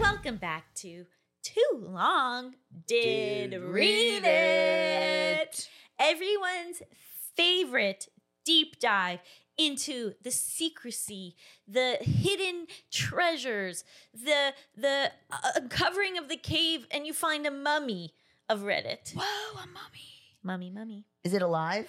Welcome back to Too Long Did, Read it. Everyone's favorite deep dive into the secrecy, the hidden treasures, the the uh, uncovering of the cave and you find a mummy of Reddit. Whoa, a mummy. Mummy, mummy. Is it alive?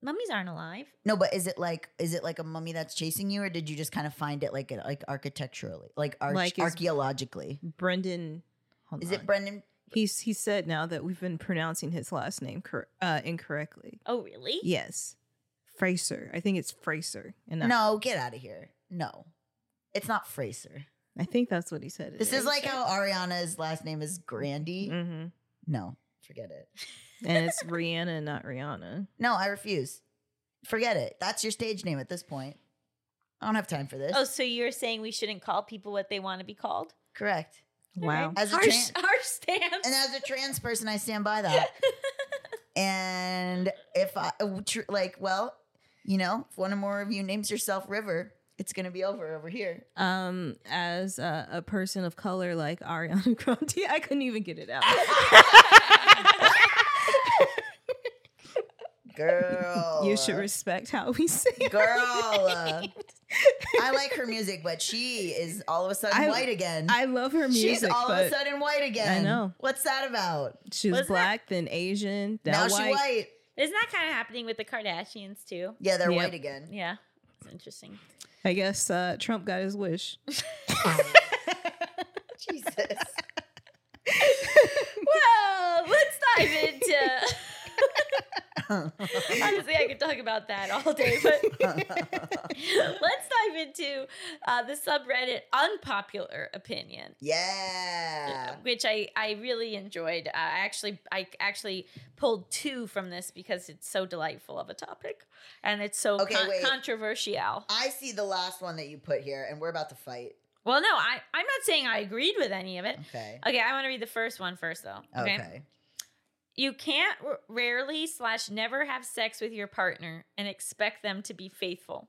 Mummies aren't alive. No, but is it like is it like a mummy that's chasing you, or did you just kind of find it like like architecturally, like, arch- Like is- archaeologically? Brendan. Hold Is on. it Brendan? He's he said now that we've been pronouncing his last name cor- uh, incorrectly. Oh, really? Yes, Fraser. I think it's Fraser. And No, I- get out of here. No, it's not Fraser. I think that's what he said. This is like how Ariana's last name is Grandy. hmm No, forget it. and it's Rihanna, not Rihanna. No, I refuse. Forget it. That's your stage name at this point. I don't have time for this. Oh, so you're saying we shouldn't call people what they want to be called? Correct. Wow. As a Harsh, trans, harsh stance. and as a trans person, I stand by that. and if I uh, tr- like, well, you know, if one or more of you names yourself River, it's gonna be over over here. Um, as a, a person of color like Ariana Grande, I couldn't even get it out. Girl, you should respect how we say. it. girl. uh, I like her music, but she is all of a sudden I- white again. I love her music, She's all of but a sudden white again. know. What's that about? she was Wasn't that- black, then Asian, now now, she white. white. Isn't that kind of happening with the Kardashians too? Yeah, they're Yep. white again. Yeah, it's interesting. I guess uh, Trump got his wish. Jesus. Well, let's dive into. Honestly, I could talk about that all day, but let's dive into uh, the subreddit unpopular opinion. yeah. which I, I really enjoyed. Uh, I actually I actually pulled two from this because it's so delightful of a topic, and it's so Okay, con- wait. controversial. I see the last one that you put here, and we're about to fight. Well, no, I I'm not saying I agreed with any of it. Okay. Okay, I want to read the first one first, though. Okay. you can't r- rarely slash never have sex with your partner and expect them to be faithful.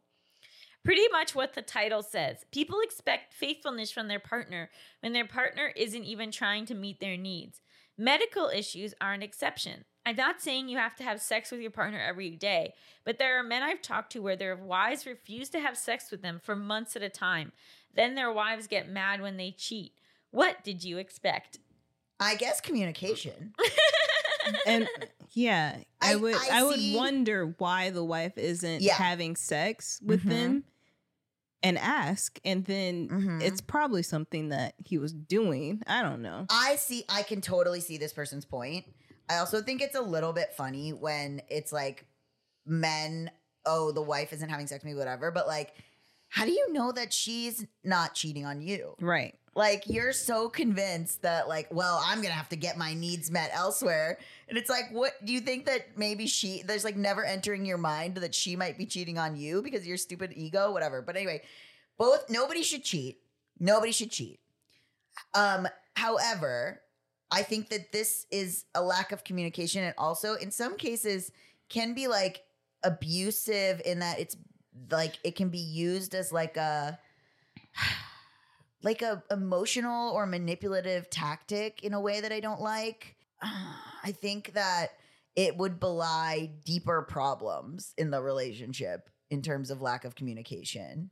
Pretty much what the title says. People expect faithfulness from their partner when their partner isn't even trying to meet their needs. Medical issues are an exception. I'm not saying you have to have sex with your partner every day, but there are men I've talked to where their wives refuse to have sex with them for months at a time. Then their wives get mad when they cheat. What did you expect? I guess communication. and yeah, I, I- would I I, would see- wonder why the wife isn't Yeah. having sex with Mhm. them and ask and then Mhm. it's probably something that he was doing. I don't know. I see. I can totally see this person's point. I also think it's a little bit funny when it's like men. Oh, the wife isn't having sex with me, whatever. But like, how do you know that she's not cheating on you? Right. Like you're so convinced that like, well, I'm gonna have to get my needs met elsewhere. And it's like, what do you think that maybe she there's like never entering your mind that she might be cheating on you because of your stupid ego, whatever. But anyway, both nobody should cheat. Nobody should cheat. Um, however, I think that this is a lack of communication and also in some cases can be like abusive in that it's like it can be used as like a like a emotional or manipulative tactic in a way that I don't like. I think that it would belie deeper problems in the relationship in terms of lack of communication.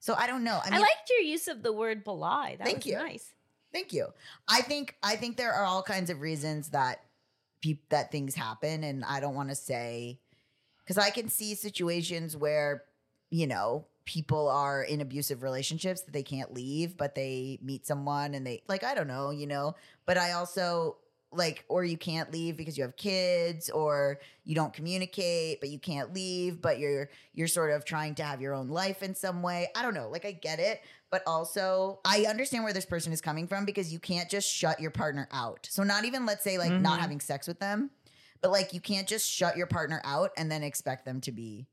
So I don't know. I I, mean, liked your use of the word belie. That Thank was you. nice. Thank you. I think I think there are all kinds of reasons that peop- that things happen, and I don't want to say because I can see situations where you know people are in abusive relationships that they can't leave, but they meet someone and they like I don't know, you know. But I also like or you can't leave because you have kids or you don't communicate but you can't leave but you're you're sort of trying to have your own life in some way i don't know like i get it but also I understand where this person is coming from because you can't just shut your partner out. So not even let's say like not Mhm. having sex with them, but like you can't just shut your partner out and then expect them to be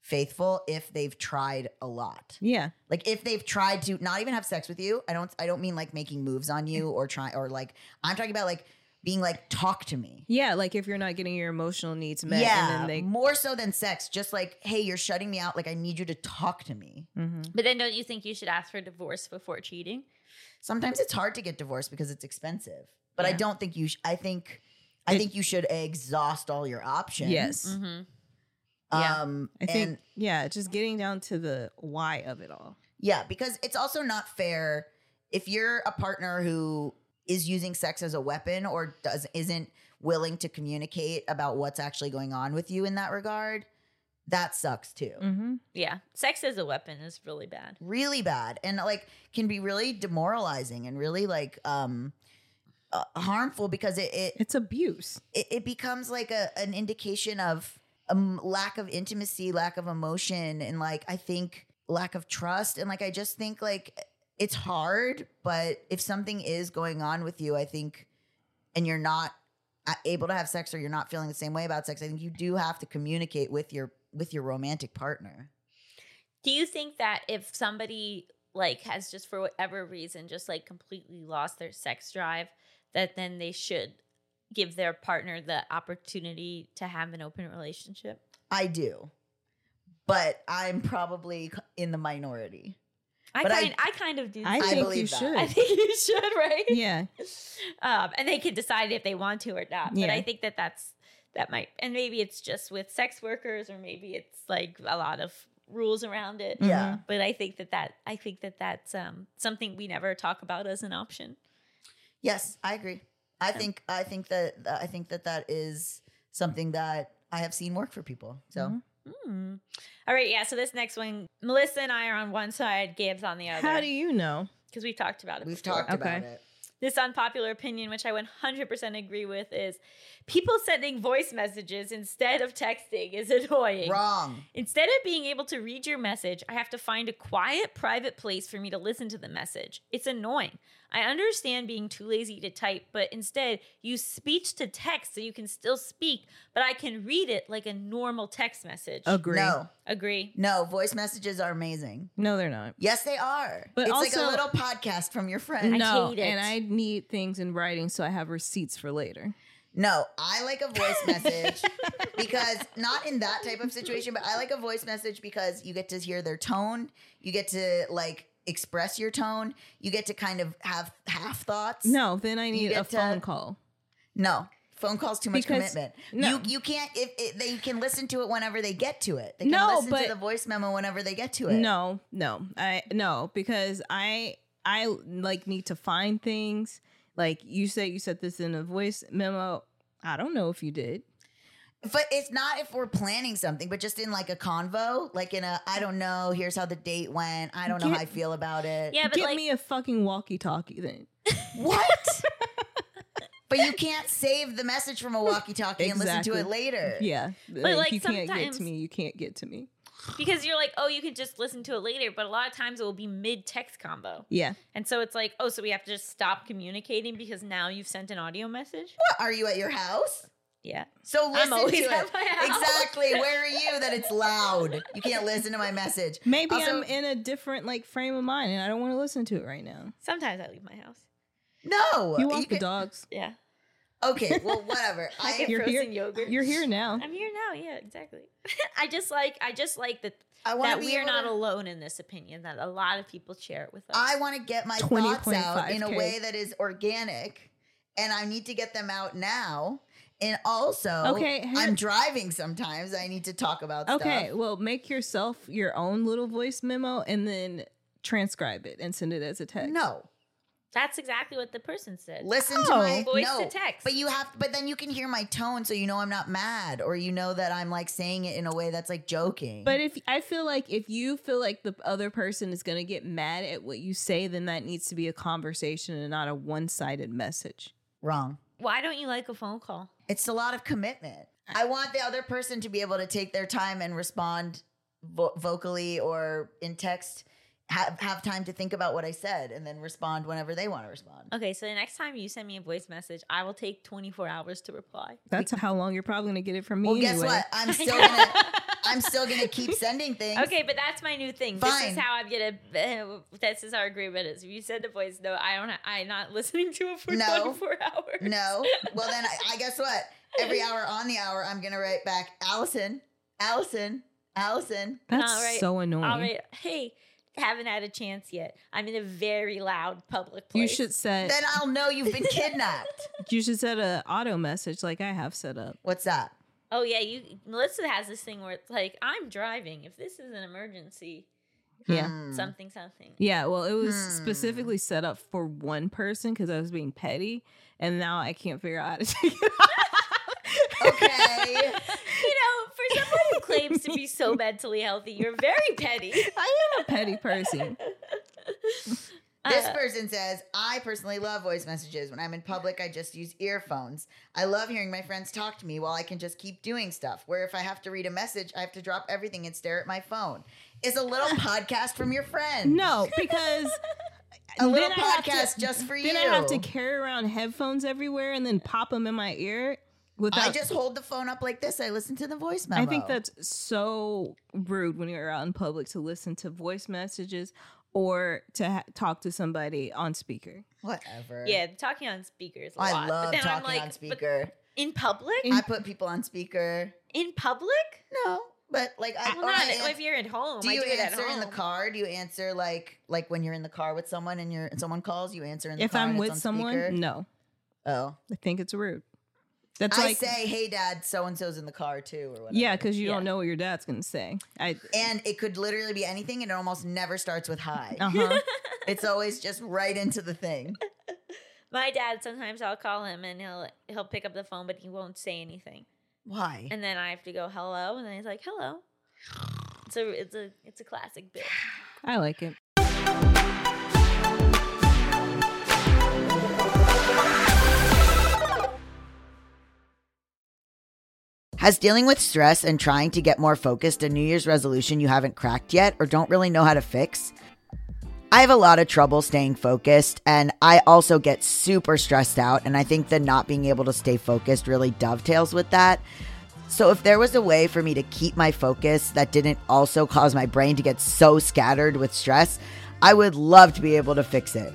faithful if they've tried a lot. Yeah. Like if they've tried to not even have sex with you, I don't I don't mean like making moves on you or try or like I'm talking about like being like, talk to me. Yeah, like if you're not getting your emotional needs met, yeah, Mm-hmm. and then more so than sex. Just like, hey, you're shutting me out. Like, I need you to talk to me. they. Mhm. But then don't you think you should ask for divorce before cheating? Sometimes it's hard to get divorced because it's expensive. But I Yeah. don't think you. Sh- I think, I It- think you should exhaust all your options. Yes, Mm-hmm. yeah. Um. I think. and yeah, just getting down to the why of it all. yeah, because it's also not fair if you're a partner who is using sex as a weapon or does isn't willing to communicate about what's actually going on with you in that regard. That sucks too. Mm-hmm. Yeah. Sex as a weapon is really bad. really bad and like can be really demoralizing and really like um uh, harmful because it it, It's abuse. it it becomes like a an indication of um, lack of intimacy, lack of emotion and like I think lack of trust and like I just think like it's hard but if something is going on with you I think and you're not a- able to have sex or you're not feeling the same way about sex I think you do have to communicate with your with your romantic partner. Do you think that if somebody like has just for whatever reason just like completely lost their sex drive, that then they should give their partner the opportunity to have an open relationship? I do, but I'm probably c- in the minority. I But I- kind I, kind of do. I too. think you believe that. should. I think you should, right? yeah, Um, and they can decide if they want to or not. But Yeah. I think that that's that might, and maybe it's just with sex workers, or maybe it's like a lot of rules around it. Mm-hmm. Yeah. Mm. But I think that that I think that that's um, something we never talk about as an option. Yes, I agree. I think I think that that- I think that that is something that I have seen work for people. So Mhm. Hmm. All right, yeah. So this next one, Melissa and I are on one side, Gabe's on the other. How do you know? Because we've talked about it. we've before. talked about Okay. it. This unpopular opinion, which I 100% agree with, is people sending voice messages instead of texting is annoying. Wrong. Instead of being able to read your message, I have to find a quiet, private place for me to listen to the message. It's annoying. I understand being too lazy to type, but instead use speech to text so you can still speak, but I can read it like a normal text message. Agree. No, Agree. no. Voice messages are amazing. No, they're not. Yes, they are. But it's like a also- little podcast from your friend. No. No, hate it. and I need things in writing so I have receipts for later. I like a voice message because not in that type of situation, but I like a voice message because you get to hear their tone, you get to like express your tone, you get to kind of have half thoughts. No, then I need a get to- phone call. No, phone calls too much Because- commitment. no. You you can't. If it, they can listen to it whenever they get to it, they can No, listen but- to the voice memo whenever they get to it. No, no, I no because I I like need to find things. Like you said, you said this in a voice memo. I don't know if you did. but it's not if we're planning something, but just in like a convo, like in a I don't know. Here's how the date went. I don't know Get- how I feel about it. Yeah, but Give like, me a fucking walkie-talkie then. What? but you can't save the message from a walkie-talkie and listen to Exactly. it later. Yeah, like, you can't get sometimes- to me. You can't get to me. because you're like, oh, you can just listen to it later, but a lot of times it will be mid text combo. Yeah, And so it's like, oh, so we have to just stop communicating because now you've sent an audio message? What are you at your house? Yeah. So listen I'm always to it. at my house. Exactly. Where are you? That it's loud. You can't listen to my message. maybe Also- I'm in a different like frame of mind, and I don't want to listen to it right now. Sometimes I leave my house. No. You walk the can- dogs. Yeah. Okay, well, whatever. I get I You're frozen here- yogurt. You're here now. I'm here now. Yeah, exactly. I just like I just like that I want that to be we are able not to- alone in this opinion. That a lot of people share it with us. I want to get my thoughts out in a 20.5K. way that is organic, and I need to get them out now. And also, Okay, ha- I'm driving sometimes. I need to talk about Okay, stuff. well, make yourself your own little voice memo and then transcribe it and send it as a text. No, That's exactly what the person said. listen to Oh. my Voice no. to text. But you have, but then you can hear my tone, so you know I'm not mad, or you know that I'm like saying it in a way that's like joking. But if I feel like if you feel like the other person is going to get mad at what you say, then that needs to be a conversation and not a one-sided message. wrong. Why don't you like a phone call? It's a lot of commitment. I want the other person to be able to take their time and respond vo- vocally or in text, have, have time to think about what I said, and then respond whenever they want to respond. Okay, so the next time you send me a voice message, I will take 24 hours to reply. That's how long you're probably going to get it from me. Well, guess anyway. what? I'm still gonna I'm still gonna keep sending things. Okay, but that's my new thing. This Fine. is how I'm gonna. this is our agreement. Is if you send a voice note, I don't. I'm not listening to it for No. 24 hours. No. Well, then I, I guess what? Every hour on the hour, I'm gonna write back, Allison, Allison, Allison. That's All right. so annoying. Mm-hmm. All right. Hey, haven't had a chance yet. I'm in a very loud public place. You should set Then I'll know you've been kidnapped. you should set a auto message like I have set up. What's that? Oh yeah, you. Melissa has this thing where it's like, I'm driving. If this is an emergency, Yeah. Hmm. something, something. Yeah, well, it was Hmm. specifically set up for one person because I was being petty, and now I can't figure out how to take it off. Okay. You know, for someone who claims to be so mentally healthy, you're very petty. I am a petty person. This Uh, person says, I personally love voice messages. When I'm in public, I just use earphones. I love hearing my friends talk to me while I can just keep doing stuff. Where if I have to read a message, I have to drop everything and stare at my phone. Is a little podcast from your friend. No, because A little then I have to- podcast just for then you. I have to carry around headphones everywhere and then pop them in my ear without. I just hold the phone up like this. I listen to the voice memo. I think that's so rude when you're out in public to listen to voice messages or to ha- talk to somebody on speaker. whatever. yeah, talking on speakers. A I lot. love but then talking I'm like, on but speaker. in public. In- I put people on speaker. in public? No, but like I, Well, or not I ans- if you're at home. do I you do it at answer home. in the car? Do you answer like like when you're in the car with someone and you're and someone calls, you answer in the If car? I'm and it's with on someone, speaker? no, oh, I think it's rude. That's I like say, hey, dad, so and so's in the car too, or whatever. yeah, because you Yeah. don't know what your dad's gonna say. I and it could literally be anything, and it almost never starts with hi. uh huh. It's always just right into the thing. My dad sometimes I'll call him and he'll he'll pick up the phone but he won't say anything. Why? And then I have to go hello and then he's like hello. So it's a it's a classic bit. I like it. Has dealing with stress and trying to get more focused a New Year's resolution you haven't cracked yet or don't really know how to fix? I have a lot of trouble staying focused, and I also get super stressed out. And I think that not being able to stay focused really dovetails with that. So, if there was a way for me to keep my focus that didn't also cause my brain to get so scattered with stress, I would love to be able to fix it.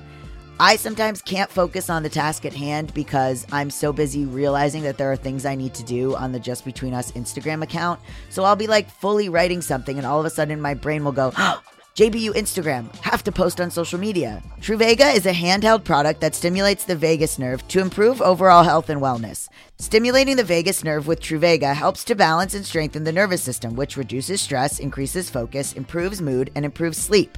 I sometimes can't focus on the task at hand because I'm so busy realizing that there are things I need to do on the Just Between Us Instagram account. So I'll be like fully writing something, and all of a sudden my brain will go, "Oh, JBU Instagram, have to post on social media. Truvega is a handheld product that stimulates the vagus nerve to improve overall health and wellness. Stimulating the vagus nerve with Truvega helps to balance and strengthen the nervous system, which reduces stress, increases focus, improves mood, and improves sleep.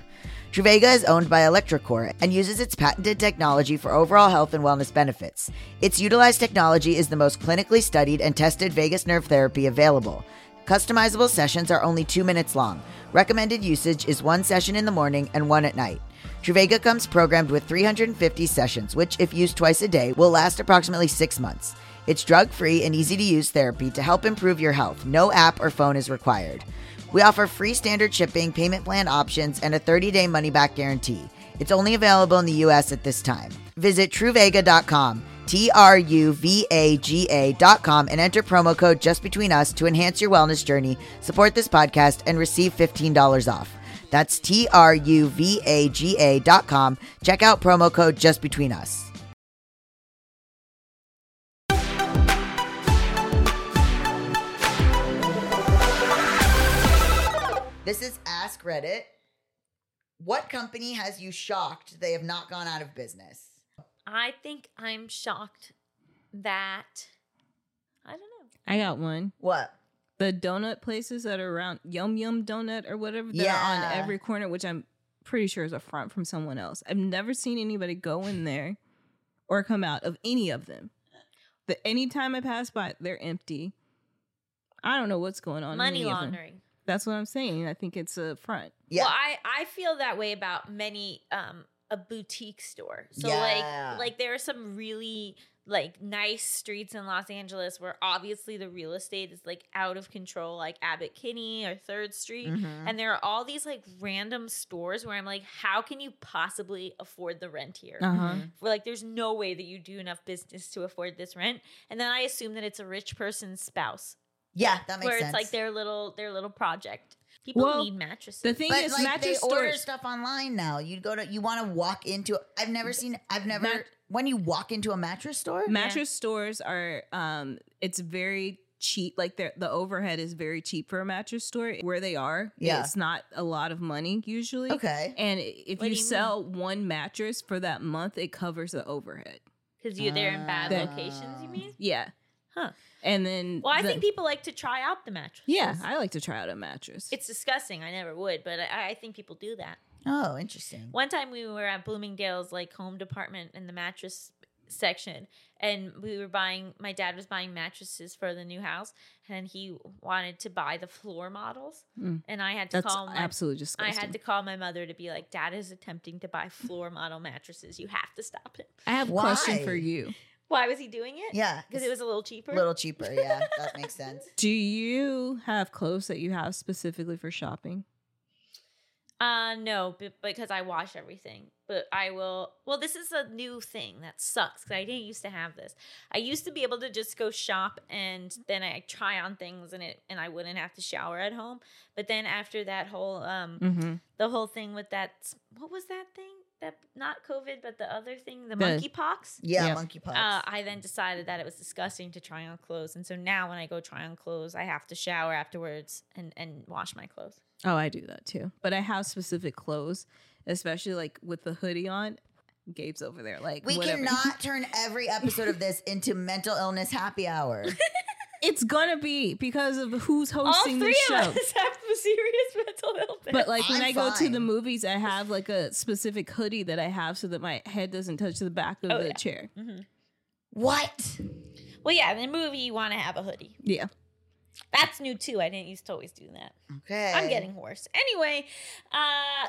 Truvega is owned by electroCore and uses its patented technology for overall health and wellness benefits. Its utilized technology is the most clinically studied and tested vagus nerve therapy available. Customizable sessions are only two minutes long. Recommended usage is one session in the morning and one at night. Truvega comes programmed with 350 sessions, which, if used twice a day, will last approximately six months. It's drug free and easy to use therapy to help improve your health. No app or phone is required. We offer free standard shipping, payment plan options, and a 30 day money back guarantee. It's only available in the US at this time. Visit truvega.com, T R U V A G A.com, and enter promo code just between us to enhance your wellness journey, support this podcast, and receive $15 off. That's T R U V A G A.com. Check out promo code just between us. This is Ask Reddit. What company has you shocked they have not gone out of business? I think I'm shocked that I don't know. I got one. What? The donut places that are around Yum Yum Donut or whatever that are on Yeah. every corner, which I'm pretty sure is a front from someone else. I've never seen anybody go in there or come out of any of them. The anytime I pass by, they're empty. I don't know what's going on. in Money any of them. laundering. That's what I'm saying. I think it's a front. Yeah. Well, I I feel that way about many um a boutique store. So Yeah. like like there are some really like nice streets in Los Angeles where obviously the real estate is like out of control, like Abbott Kinney or Third Street. Mhm. And there are all these like random stores where I'm like, how can you possibly afford the rent here? Uh huh. Mhm. Where like there's no way that you do enough business to afford this rent. And then I assume that it's a rich person's spouse Yeah, that makes where sense. it's like their little their little project. People Well, need mattresses. The thing but is, like they mattress order stores. stuff online now. You go to you want to walk into. I've never seen. I've never Mat- when you walk into a mattress store. mattress stores are um it's very cheap like they're- the overhead is very cheap for a mattress store where they are Yeah. it's not a lot of money usually okay. and i- if What you do you sell one mattress for that month it covers the overhead Because you're there in bad Ah. locations, you mean? yeah Huh. and then Well, I the- think people like to try out the mattress. yeah i like to try out a mattress It's disgusting. I never would, but I, I think people do that. Oh, interesting. One time we were at Bloomingdale's like home department in the mattress section and we were buying my dad was buying mattresses for the new house and he wanted to buy the floor models Mm. and I had to that's call my absolutely I disgusting had to call my mother to be like dad is attempting to buy floor model mattresses. You have to stop him. i have a question Why? for you Why was he doing it? Yeah, Cuz it was a little cheaper. a little cheaper. Yeah, that makes sense. do you have clothes that you have specifically for shopping Uh no, b- because I wash everything. But I will. Well, this is a new thing that sucks because I didn't used to have this. I used to be able to just go shop and then I try on things and it and I wouldn't have to shower at home. But then after that whole um mm-hmm. the whole thing with that s- what was that thing that not COVID but the other thing the, The- monkeypox. Yeah, Yeah. monkeypox. Uh, I then decided that it was disgusting to try on clothes, and so now when I go try on clothes, I have to shower afterwards and and wash my clothes. Oh, I do that too. But I have specific clothes, especially like with the hoodie on. Gabe's over there, like we whatever. cannot turn every episode of this into mental illness happy hour. It's gonna be because of who's All hosting three this of show. us have serious mental illness. But like when I'm I go to the fine. movies, I have like a specific hoodie that I have so that my head doesn't touch the back of Oh, the yeah. chair. Mhm. What? Well, yeah, in a movie you want to have a hoodie. Yeah. That's new too. I didn't used to always do that. Okay. I'm getting hoarse. Anyway, uh,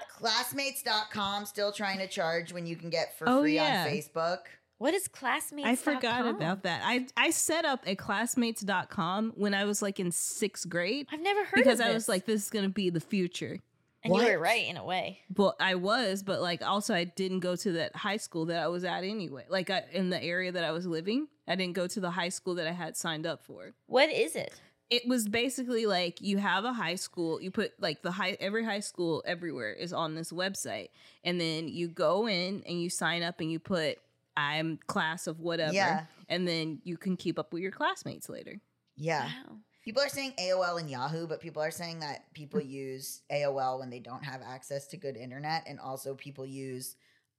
classmates.com still trying to charge when you can get for Oh, free yeah. on Facebook. what is classmates? I forgot about that. I I set up a classmates.com when I was like in sixth grade I've never heard because of I this. was like, this is gonna be the future. and you were what? right in a way. Well, I was, but like also I didn't go to that high school that I was at anyway. Like I, in the area that I was living, I didn't go to the high school that I had signed up for. What is it? It was basically like you have a high school, you put like the high every high school everywhere is on this website. And then you go in and you sign up and you put I'm class of whatever. Yeah. And then you can keep up with your classmates later. Yeah. Wow. People are saying AOL and Yahoo, but people are saying that Mm. people use AOL when they don't have access to good internet, and also people use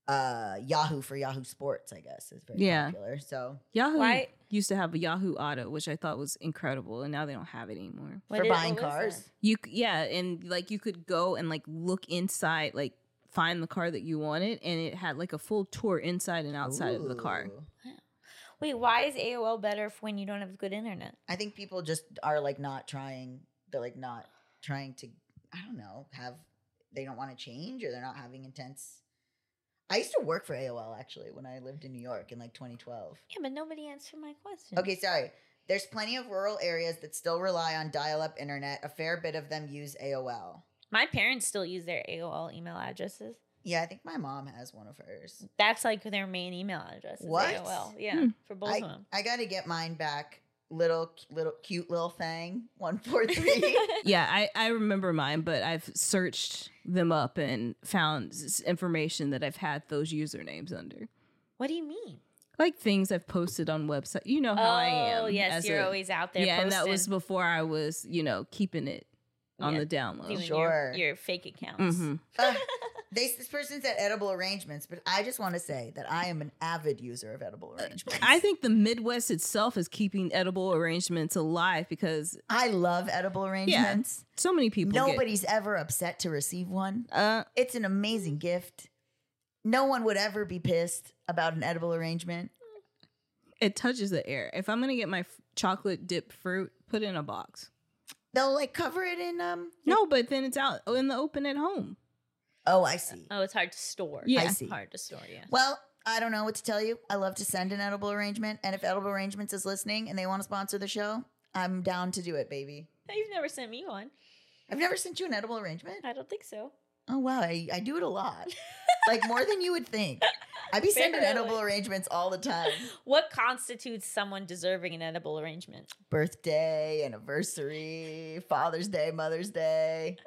uh, Yahoo for Yahoo Sports. I guess is very Yeah. popular. So Yahoo Why? used to have a Yahoo Auto, which I thought was incredible, and now they don't have it anymore. What for is- buying what was cars, You c- yeah, and like you could go and like look inside, like find the car that you wanted, and it had like a full tour inside and outside of the car. Ooh. that? Wait, why is AOL better if when you don't have good internet? I think people just are like not trying. They're like not trying to. I don't know. Have they don't want to change, or they're not having intense. I used to work for AOL actually when I lived in New York in like 2012. Yeah, but nobody answered my question. Okay, sorry. There's plenty of rural areas that still rely on dial-up internet. A fair bit of them use AOL. My parents still use their AOL email addresses. Yeah, I think my mom has one of hers. That's like their main email address. is What? AOL. Yeah, Hmm. for both I, of them. I got to get mine back. Little little cute little thing. 143. Yeah, I I remember mine, but I've searched them up and found s- information that I've had those usernames under, what do you mean? like things I've posted on website. You know how I am. Oh, yes, as you're a- always out there. yeah, and that posting. was before I was you know keeping it on Yeah, the download. doing Sure. your, your fake accounts. hmm Ugh. they, this person said edible arrangements, but I just want to say that I am an avid user of edible arrangements. I think the Midwest itself is keeping edible arrangements alive because I love edible arrangements. so many people. get- Nobody's ever upset to receive one. uh, It's an amazing gift. No one would ever be pissed about an edible arrangement. it touches the air. If I'm gonna get my f- chocolate dipped fruit, put it in a box. They'll like cover it in um. No, but then it's out in the open at home. Oh, I see. Oh, it's hard to store. Yeah. I It's see. hard to store. Yeah. Well, I don't know what to tell you. I love to send an edible arrangement, and if edible arrangements is listening and they want to sponsor the show, I'm down to do it, baby. You've never sent me one. I've never sent you an edible arrangement. I don't think so. Oh wow, I, I do it a lot, like more than you would think. I be sending Barely. edible arrangements all the time. What constitutes someone deserving an edible arrangement? Birthday, anniversary, Father's Day, Mother's Day.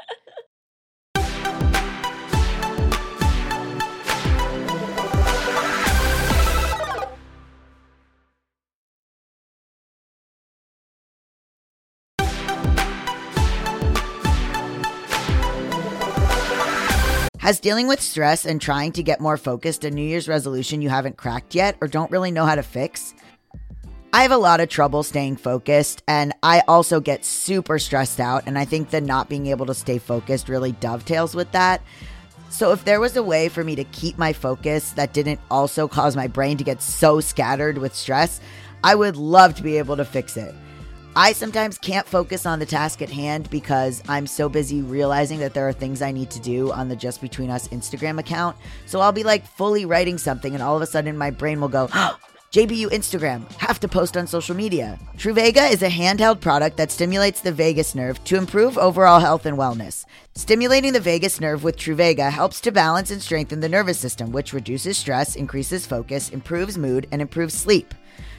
Has dealing with stress and trying to get more focused a New Year's resolution you haven't cracked yet or don't really know how to fix? I have a lot of trouble staying focused, and I also get super stressed out. And I think that not being able to stay focused really dovetails with that. So, if there was a way for me to keep my focus that didn't also cause my brain to get so scattered with stress, I would love to be able to fix it. I sometimes can't focus on the task at hand because I'm so busy realizing that there are things I need to do on the Just Between Us Instagram account. So I'll be like fully writing something, and all of a sudden my brain will go, "Oh, JBU Instagram, have to post on social media. Truvega is a handheld product that stimulates the vagus nerve to improve overall health and wellness. Stimulating the vagus nerve with Truvega helps to balance and strengthen the nervous system, which reduces stress, increases focus, improves mood, and improves sleep.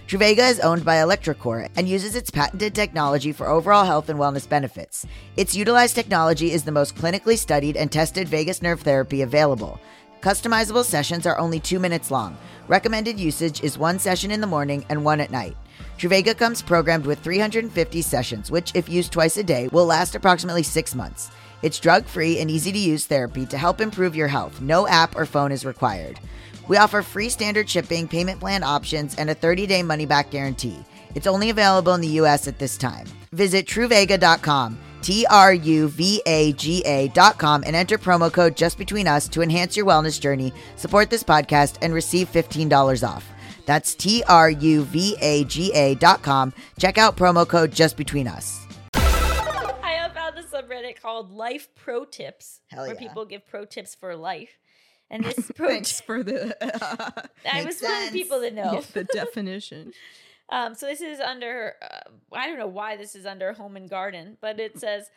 Truvaga is owned by electroCore and uses its patented technology for overall health and wellness benefits. Its utilized technology is the most clinically studied and tested vagus nerve therapy available. Customizable sessions are only two minutes long. Recommended usage is one session in the morning and one at night. Truvaga comes programmed with 350 sessions, which, if used twice a day, will last approximately six months. It's drug free and easy to use therapy to help improve your health. No app or phone is required. We offer free standard shipping, payment plan options, and a 30 day money back guarantee. It's only available in the US at this time. Visit Truvega.com, T R U V A G A.com, and enter promo code Just Between Us to enhance your wellness journey, support this podcast, and receive $15 off. That's T R U V A G A.com. Check out promo code Just Between Us. I found this subreddit called Life Pro Tips, Hell where yeah. people give pro tips for life. And this pro Thanks for the I Makes was one of the sense. people to know. the definition. Um, so this is under, uh, I don't know why this is under home and garden, but Mm. it says,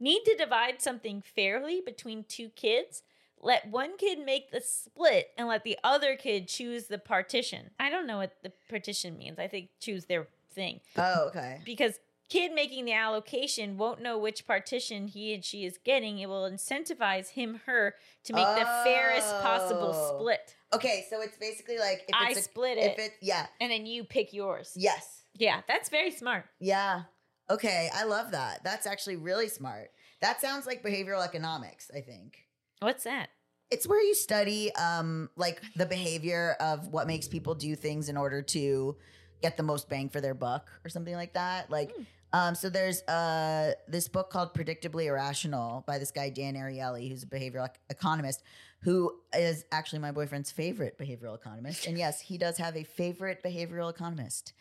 need to divide something fairly between two kids. Let one kid make the split and let the other kid choose the partition. I don't know what the partition means. I think choose their thing Oh, okay. because kid making the allocation won't know which partition he and she is getting. It will incentivize him, her to make the fairest possible Oh. split. Okay, so it's basically like if I it's a, split if it it yeah and then you pick yours. yes Yeah, that's very smart. yeah okay I love that that's actually really smart that sounds like behavioral economics I think What's that? it's where you study um like the behavior of what makes people do things in order to get the most bang for their buck or something like that like Hmm. um so there's uh this book called predictably irrational by this guy dan ariely who's a behavioral ec- economist who is actually my boyfriend's favorite behavioral economist and yes he does have a favorite behavioral economist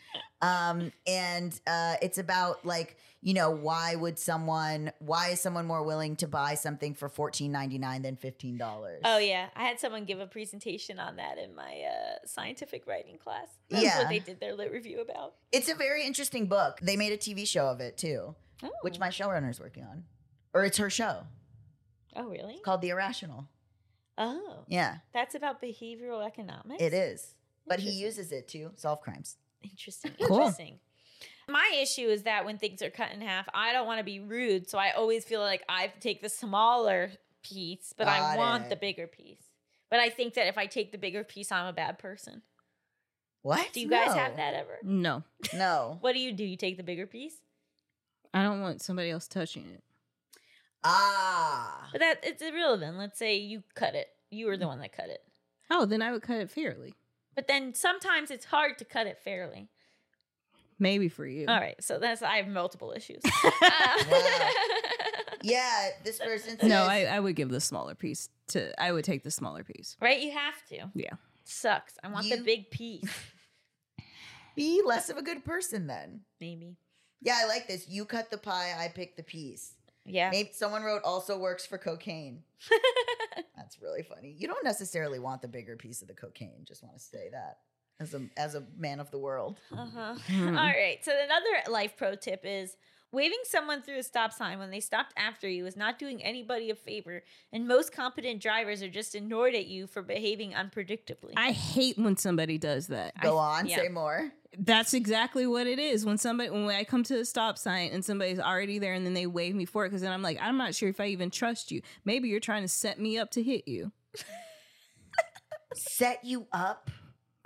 um and uh it's about like you know why would someone why is someone more willing to buy something for $14.99 than $15 Oh yeah, I had someone give a presentation on that in my uh, scientific writing class. That's Yeah. what they did their lit review about. It's a very interesting book. They made a TV show of it too, Oh, which my showrunner's working on. Or it's her show oh really? called The Irrational. Oh, Yeah, that's about behavioral economics. it is. But he Interesting. uses it to solve crimes. Interesting. Cool. Interesting. My issue is that when things are cut in half, I don't want to be rude, so I always feel like I take the smaller piece, but I Got want it. the bigger piece. But I think that if I take the bigger piece, I'm a bad person. What? Do you guys No. have that ever? No, No. What do you do? You take the bigger piece? I don't want somebody else touching it. Ah. But that it's irrelevant. Let's say you cut it. You were the Mm. one that cut it. Oh, then I would cut it fairly. But then sometimes it's hard to cut it fairly. Maybe for you. All right, so that's I have multiple issues. Uh, Wow. Yeah, this person says No, I, I would give the smaller piece to. I would take the smaller piece. right, you have to. Yeah. Sucks. I want the You- big piece, be less of a good person then. maybe. Yeah, I like this. You cut the pie, I pick the piece. Yeah. Maybe someone wrote also works for cocaine. That's really funny. You don't necessarily want the bigger piece of the cocaine. Just want to say that as a as a man of the world. Uh-huh. Hmm. All right. So another life pro tip is Waving someone through a stop sign when they stopped after you is not doing anybody a favor, and most competent drivers are just annoyed at you for behaving unpredictably. I hate when somebody does that. Go on, yeah. say more. That's exactly what it is. When somebody, when I come to a stop sign and somebody's already there, and then they wave me for it, because then I'm like, I'm not sure if I even trust you. Maybe you're trying to set me up to hit you. Set you up.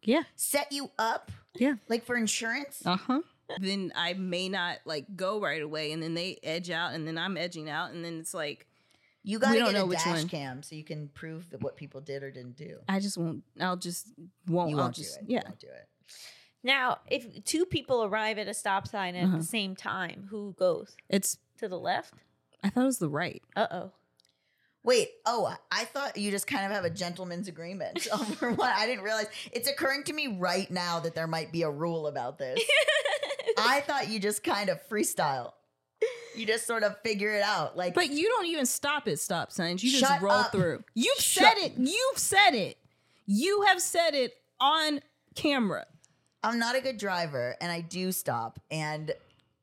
Yeah. Set you up. Yeah. Like for insurance. Uh huh. then I may not like go right away, and then they edge out, and then I'm edging out, and then it's like You We gotta don't get know a which dash one. cam so you can prove that what people did or didn't do. I just won't. I'll just won't. you Oh, I'll won't just do it. yeah. You won't do it. Now, if two people arrive at a stop sign at Uh-huh. the same time, who goes It's. to the left? I thought it was the right. Uh oh. Wait, oh, I thought you just kind of have a gentleman's agreement over what I didn't realize. It's occurring to me right now that there might be a rule about this. I thought you just kind of freestyle. You just sort of figure it out. Like But you don't even stop at stop signs. You just Shut roll up. through. You've Shut- said it. You've said it. You have said it on camera. I'm not a good driver and I do stop. And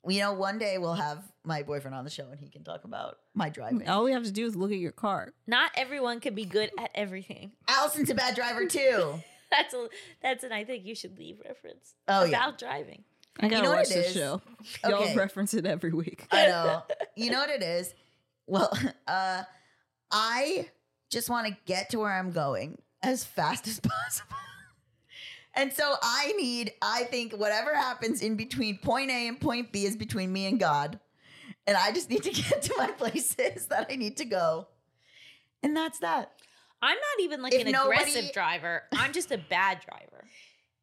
you know, one day we'll have my boyfriend on the show and he can talk about my driving. All we have to do is look at your car. Not everyone can be good at everything. Allison's a bad driver too. That's a that's an I think you should leave reference Oh about yeah. driving. I gotta know what watch it this is? show. Okay. Y'all reference it every week. I know. You know what it is? Well, uh I just want to get to where I'm going as fast as possible. And so I need, I think whatever happens in between point A and point B is between me and God. And I just need to get to my places that I need to go. And that's that. I'm not even like If an aggressive nobody- driver. I'm just a bad driver.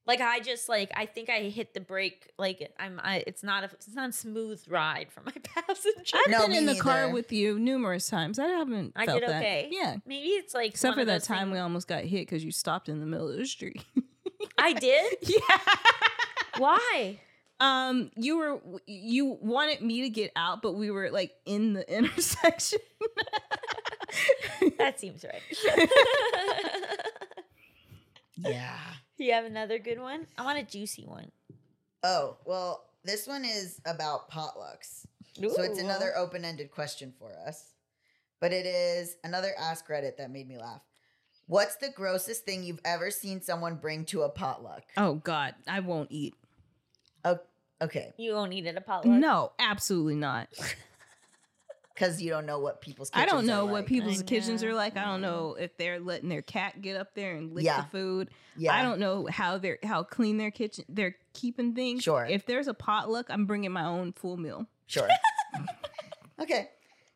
Like I just like I think I hit the brake. Like I'm. I, it's not a it's not a smooth ride for my passenger. I've No, been me in the car neither. with you numerous times. I haven't. I felt did that. okay. Yeah. Maybe it's like Except one for of that those time things- we almost got hit because you stopped in the middle of the street. I did. yeah. Why? Um, you were you wanted me to get out, but we were like in the intersection. That seems right. Yeah. you have another good one. I want a juicy one. Oh, well, this one is about potlucks. So it's Ooh. another open ended question for us. But it is another Ask Reddit that made me laugh. What's the grossest thing you've ever seen someone bring to a potluck? Oh God, I won't eat. Okay, You won't eat at a potluck. No, absolutely not. because you don't know what people's I kitchens don't know are what like. people's I kitchens are know. like. I don't know if they're letting their cat get up there and lick Yeah. the food. Yeah, I don't know how they're how clean their kitchen they're keeping things. Sure. If there's a potluck, I'm bringing my own full meal. sure. okay,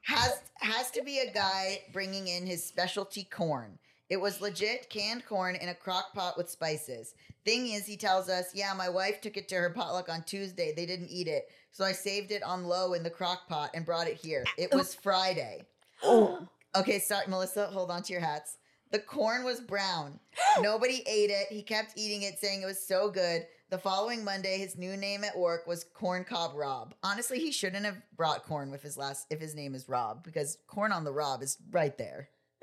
has has to be a guy bringing in his specialty corn. It was legit canned corn in a crock pot with spices. Thing is, he tells us, yeah, my wife took it to her potluck on Tuesday. They didn't eat it, so I saved it on low in the crock pot and brought it here. It was Friday. Oh. Okay, sorry, Melissa, hold on to your hats. The corn was brown. Nobody ate it. He kept eating it, saying it was so good. The following Monday, his new name at work was Corn Cob Rob. Honestly, he shouldn't have brought corn with his last if his name is Rob, because corn on the Rob is right there.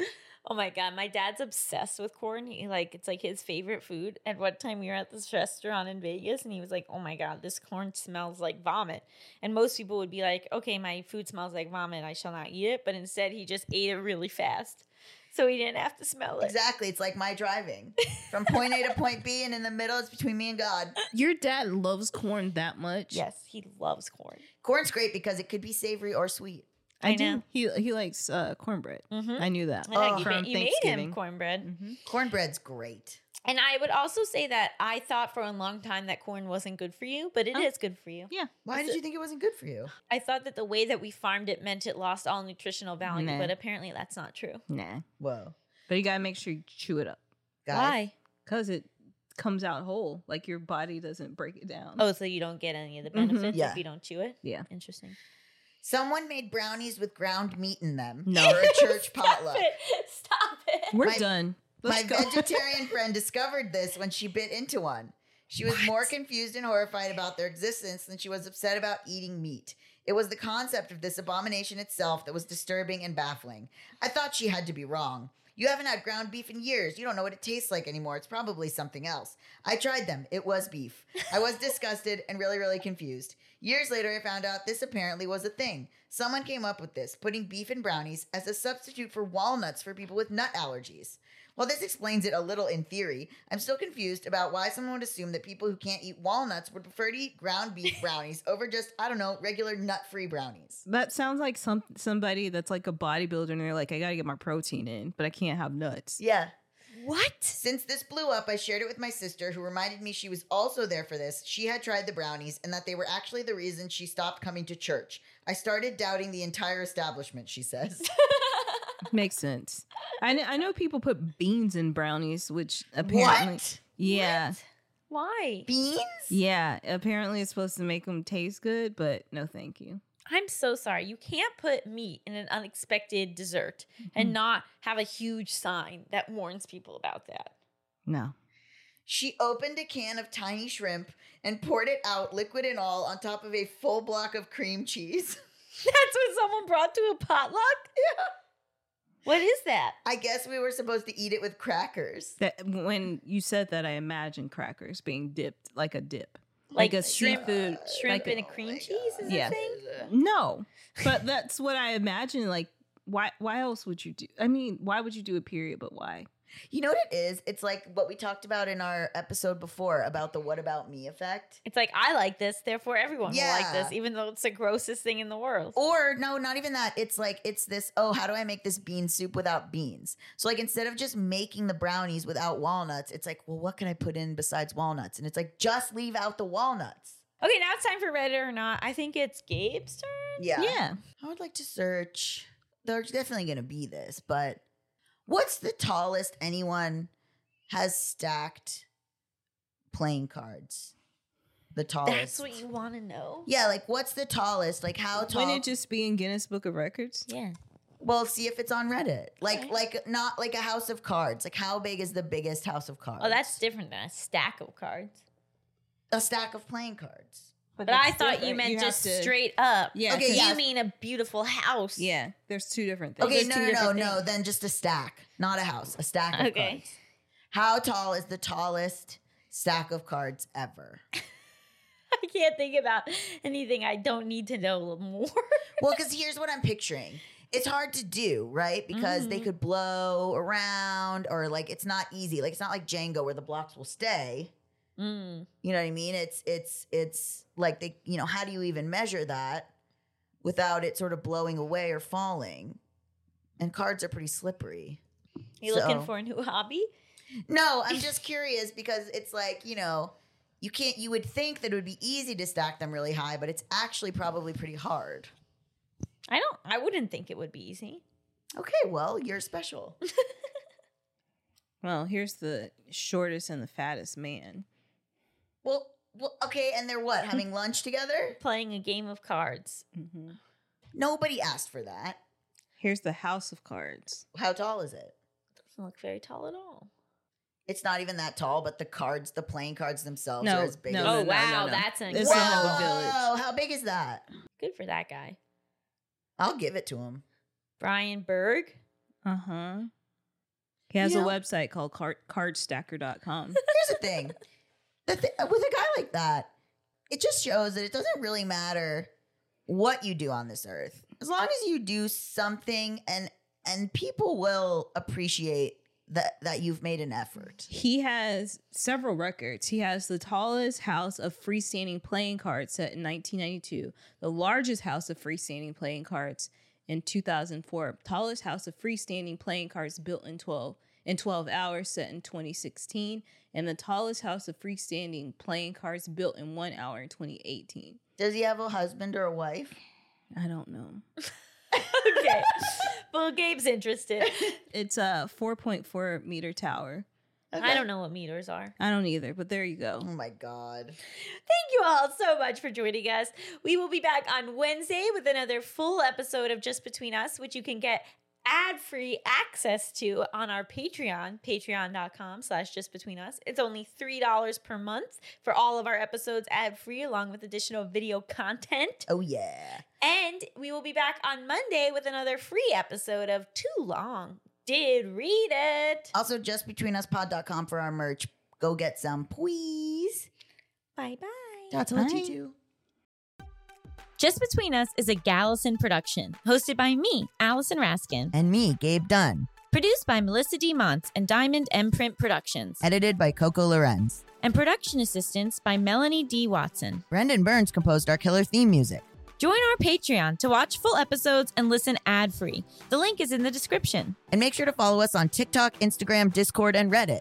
Oh my god, my dad's obsessed with corn. He like it's like his favorite food. At one time we were at this restaurant in Vegas and he was like, "Oh my god, this corn smells like vomit." And most people would be like, "Okay, my food smells like vomit. I shall not eat it." But instead, he just ate it really fast. So he didn't have to smell it. Exactly. It's like my driving. From point A to point B, and in the middle it's between me and God. Your dad loves corn that much. Yes, he loves corn. Corn's great because it could be savory or sweet. I, I do. know. He he likes uh, cornbread. Mhm. I knew that. And like, Oh, you, from ma- you made him Thanksgiving. cornbread. Mm-hmm. Cornbread's great. And I would also say that I thought for a long time that corn wasn't good for you, but it is Oh. good for you. Why Is did it- you think it wasn't good for you? I thought that the way that we farmed it meant it lost all nutritional value, Nah. but apparently that's not true. Nah, Whoa. but you gotta make sure you chew it up Guys, Why? because it comes out whole. Like your body doesn't break it down. Oh, so you don't get any of the Mhm. benefits Yeah. if you don't chew it? Yeah. Interesting. Someone made brownies with ground meat in them No. for a church potluck. Stop it. Stop it. we're my- done. My Let's go. vegetarian friend discovered this when she bit into one. She was more confused and horrified about their existence than she was upset about eating meat. It was the concept of this abomination itself that was disturbing and baffling. I thought she had to be wrong. You haven't had ground beef in years. You don't know what it tastes like anymore. It's probably something else. I tried them. It was beef. I was disgusted and really, really confused. Years later, I found out this apparently was a thing. Someone came up with this, putting beef and brownies as a substitute for walnuts for people with nut allergies. While this explains it a little in theory, I'm still confused about why someone would assume that people who can't eat walnuts would prefer to eat ground beef brownies over just, I don't know, regular nut free brownies. That sounds like some somebody that's like a bodybuilder and they're like, I gotta get my protein in, but I can't have nuts. Yeah. What? Since this blew up, I shared it with my sister, who reminded me she was also there for this. She had tried the brownies and that they were actually the reason she stopped coming to church. I started doubting the entire establishment, she says. Makes sense. I know, I know people put beans in brownies, which apparently, What? yeah, What? Why? Beans? yeah, apparently it's supposed to make them taste good, but no, thank you. I'm so sorry. You can't put meat in an unexpected dessert and not have a huge sign that warns people about that. No, She opened a can of tiny shrimp and poured it out, liquid and all, on top of a full block of cream cheese. That's what someone brought to a potluck? Yeah. What is that? I guess we were supposed to eat it with crackers. that when you said that, I imagined crackers being dipped like a dip, like, a shrimp, uh, seafood, shrimp uh, like and a oh cream cheese is Yeah. a thing? No, but that's what I imagine. Like, why? Why else would you do? I mean, why would you do a period? But why? You know what it is? It's like what we talked about in our episode before about the what about me effect. It's like I like this, therefore everyone will like this, Yeah. even though it's the grossest thing in the world. Or no, not even that. It's like it's this, oh, how do I make this bean soup without beans? So like instead of just making the brownies without walnuts, it's like, well, what can I put in besides walnuts? And it's like just leave out the walnuts. Okay, now it's time for Reddit or not. I think it's Gabe's turn. Yeah. yeah. I would like to search. There's definitely going to be this, but what's the tallest anyone has stacked playing cards? The tallest. That's what you want to know. Yeah, like what's the tallest? Like how tall? Wouldn't it just be in Guinness Book of Records? Yeah. well, see if it's on Reddit. Like Okay. like not like a house of cards. Like how big is the biggest house of cards? Oh, that's different than a stack of cards. a stack of playing cards. But I thought you uh, meant just straight up. Yeah, Okay, 'cause- You yeah. mean a beautiful house. Yeah, there's two different things. Okay, Those no, two no, no, different no. things. Then just a stack, not a house. A stack of Okay. cards. How tall is the tallest stack of cards ever? I can't think about anything I don't need to know more. Well, because here's what I'm picturing. It's hard to do, right? Because they Mhm. could blow around or like it's not easy. Like it's not like Django where the blocks will stay. Mm. You know what I mean? It's it's it's like they you know, how do you even measure that without it sort of blowing away or falling? And cards are pretty slippery. You looking So- for a new hobby? No, I'm just curious because it's like, you know, you can't you would think that it would be easy to stack them really high, but it's actually probably pretty hard. I don't. I wouldn't think it would be easy. Okay, well, you're special. Well, here's the shortest and the fattest man. Well, well, okay, and they're Mm-hmm. what having lunch together? Playing a game of cards. Nobody asked for that. Here's the House of Cards. How tall is it? Doesn't look very tall at all. It's not even that tall, but the cards, the playing cards themselves, No, are as big. no, as oh no, no, wow, no. that's an It's Whoa! not how a village. How big is that? good for that guy, I'll give it to him. Brian Berg. Uh huh. He has You a know- website called card, cardstacker.com. Here's the thing: the th- with a guy like that, it just shows that it doesn't really matter what you do on this earth, as long as you do something, and and people will appreciate that that you've made an effort. He has several records. He has the tallest house of freestanding playing cards set in 1992, the largest house of freestanding playing cards in 2004, tallest house of freestanding playing cards built in 12 in 12 hours set in 2016, and the tallest house of freestanding playing cards built in 1 hour in 2018. Does he have a husband or a wife? I don't know. Okay. well, Gabe's interested. It's a 4.4 meter tower. I don't know what meters are. I don't either, but there you Oh go. my god. Thank you all so much for joining us. We will be back on Wednesday with another full episode of Just Between Us, which you can get ad-free access to on our Patreon, patreon.com slash just between us. It's only $3 per month for all of our episodes ad-free, along with additional video content. Oh yeah. And we will be back on Monday with another free episode of Too Long. Did read it. Also just between us pod.com for our merch. Go get some, please. Bye bye. That's what Bye. you do. Just Between Us is a Gallison production, hosted by me, Allison Raskin, And me, Gabe Dunn. produced by Melissa D. Monts and Diamond Imprint Productions, Edited by Coco Lorenz. and production assistance by Melanie D. Watson. Brendan Burns composed our killer theme music. Join our Patreon to watch full episodes and listen ad free. The link is in the description. And make sure to follow us on TikTok, Instagram, Discord, and Reddit.